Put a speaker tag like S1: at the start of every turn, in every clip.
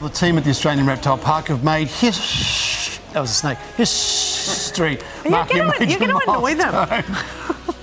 S1: The team at the Australian Reptile Park have made his. That was a snake. History.
S2: You're gonna- you're gonna annoy them.
S1: them.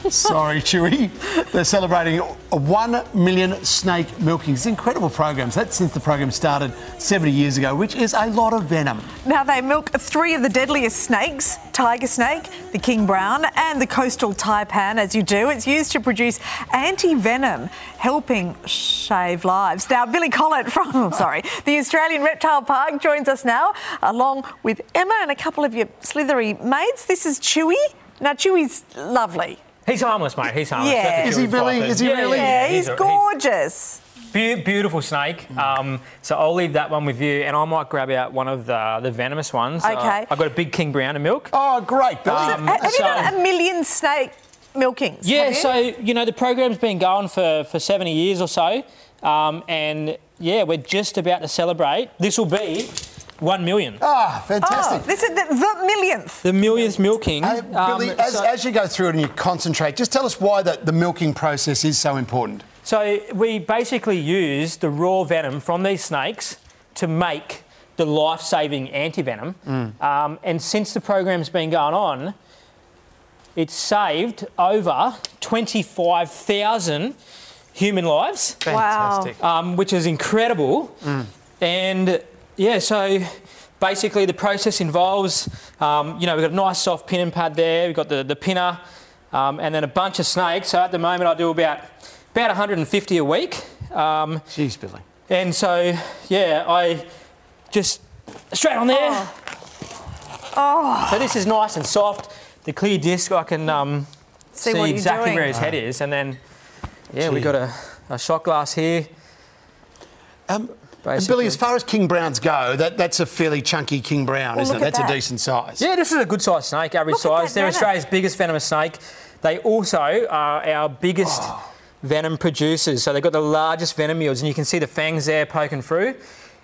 S1: Sorry, Chewy. They're celebrating a 1 million snake milking. It's incredible programs. That's since the program started 70 years ago, which is a lot of venom.
S2: Now they milk three of the deadliest snakes tiger snake, the king brown, and the coastal taipan. As you do, it's used to produce anti venom, helping save lives. Now, Billy Collett from, sorry, the Australian Reptile Park joins us now, along with Emma and a couple of your slithery mates. This is Chewy. Now, Chewy's lovely.
S3: He's harmless, mate. He's harmless.
S2: Yeah.
S3: That's a
S2: Is
S1: he
S3: Jewish
S1: really?
S3: bloke.
S1: Is he really?
S2: Yeah, he's,
S3: a-
S2: gorgeous.
S3: Be- beautiful snake. Um, so I'll leave that one with you, and I might grab out one of the, the venomous ones. Uh,
S2: Okay.
S3: I've got a big king brown to milk.
S1: Oh, great. Billy.
S3: Um,
S2: have you
S3: so-
S2: done a million snake milkings?
S3: Yeah,
S2: Have you?
S3: so you know the program's been going for for 70 years or so, um, and yeah, we're just about to celebrate. This will be one million,
S1: Ah,
S2: Oh,
S1: fantastic.
S2: this is the, the millionth.
S3: the millionth milking.
S1: Hey,
S3: Um,
S1: Billy, as,
S3: so-
S1: as you go through it and you concentrate, just tell us why the, the milking process is so important.
S3: So we basically use the raw venom from these snakes to make the life-saving antivenom. Um, and since the program's been going on, it's saved over 25,000 human lives,
S2: Wow.
S3: um, which is incredible. And yeah, so basically the process involves, um, you know, we've got a nice soft pin and pad there. We've got the, the pinner, um, and then a bunch of snakes. So at the moment I do about about 150 a week. Um,
S1: Jeez, Billy.
S3: and so, yeah, I just straight on there.
S2: Oh.
S3: So this is nice and soft. The clear disc, I can um,
S2: See
S3: see,
S2: Oh. what you're
S3: exactly
S2: doing.
S3: where his head is. And then, yeah, we got a, a shot glass here.
S1: Um, and
S3: Basically.
S1: Billy, as far as King Browns go, that, that's a fairly chunky King Brown,
S2: Well,
S1: isn't it?
S2: look at
S1: That's
S2: that.
S1: a decent size.
S3: Yeah, this is a good sized snake, average
S2: Look at that
S3: size. They're
S2: venom.
S3: Australia's biggest venomous snake. They also are our biggest venom producers. So they've got the largest venom yields, and you can see the fangs there poking through.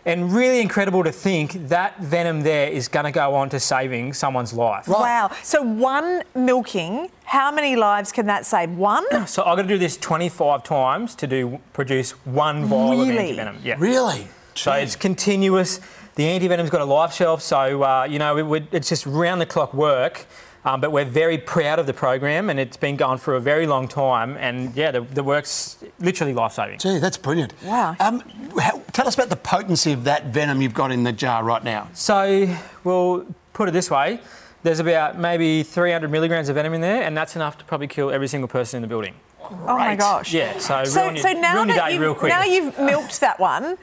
S3: And really incredible to think that venom there is going to go on to saving someone's life.
S2: Wow. So one milking, how many lives can that save? One? Oh
S3: So I've got to do this 25 times to do produce one vial of
S2: Really?
S3: antivenom. Yeah.
S1: Really?
S3: So it's continuous. The antivenom's got a life shelf, so uh, you know it, would it's just round the clock work. Um, but we're very proud of the program, and it's been going for a very long time. And yeah, the, the work's literally life saving.
S1: Gee, that's brilliant.
S2: Wow.
S1: Um, how, tell us about the potency of that venom you've got in the jar right now.
S3: So we'll put it this way: there's about maybe 300 milligrams of venom in there, and that's enough to probably kill every single person in the building.
S2: Oh my gosh.
S3: Yeah. So,
S2: So,
S3: ruin your,
S2: so now
S3: ruin your
S2: that
S3: day
S2: you've,
S3: real quick.
S2: now you've milked that one,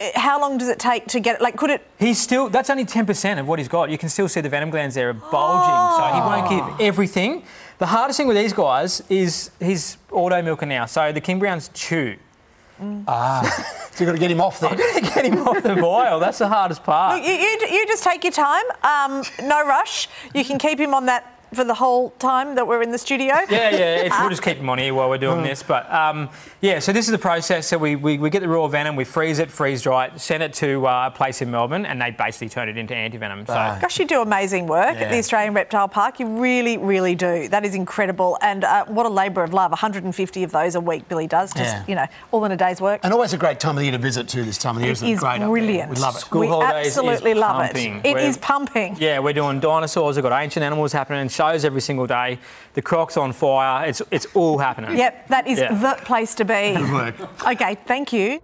S2: eh, how long does it take to get it? Like, could it?
S3: He's still, that's only 10% of what he's got. You can still see the venom glands there are bulging, so he won't give everything. The hardest thing with these guys is he's auto milking now. So the King Browns chew.
S1: So you've got to get him off there.
S3: Get him off the vial, that's the hardest part.
S2: You, you, you just take your time. Um, no rush. You can keep him on that for the whole time that we're in the studio.
S3: Yeah, yeah, it's, we'll just keep him on here while we're doing this. But um, yeah, so this is the process. So we, we, we get the raw venom, we freeze it, freeze dry it, send it to uh, a place in Melbourne, and they basically turn it into antivenom. So
S2: Gosh, you do amazing work at the
S1: Yeah.
S2: Australian Reptile Park. You really, really do. That is incredible. And uh, what a labour of love. 150 of those a week, Billy does. Just,
S1: Yeah.
S2: you know, all in a day's work.
S1: And always a great time of the year to visit too. This time of the year,
S2: It
S1: isn't
S2: is
S1: it? Great up there.
S2: brilliant.
S1: We love it.
S3: School
S2: we
S3: holidays is
S2: absolutely love
S3: pumping.
S2: it. It is
S3: We're-
S2: pumping.
S3: Yeah, we're doing dinosaurs. We've got ancient animals happening, and shows every single day. The croc's on fire. It's it's all happening.
S2: Yep, that is
S3: Yeah.
S2: the place to be.
S1: Good work.
S2: Okay, thank you.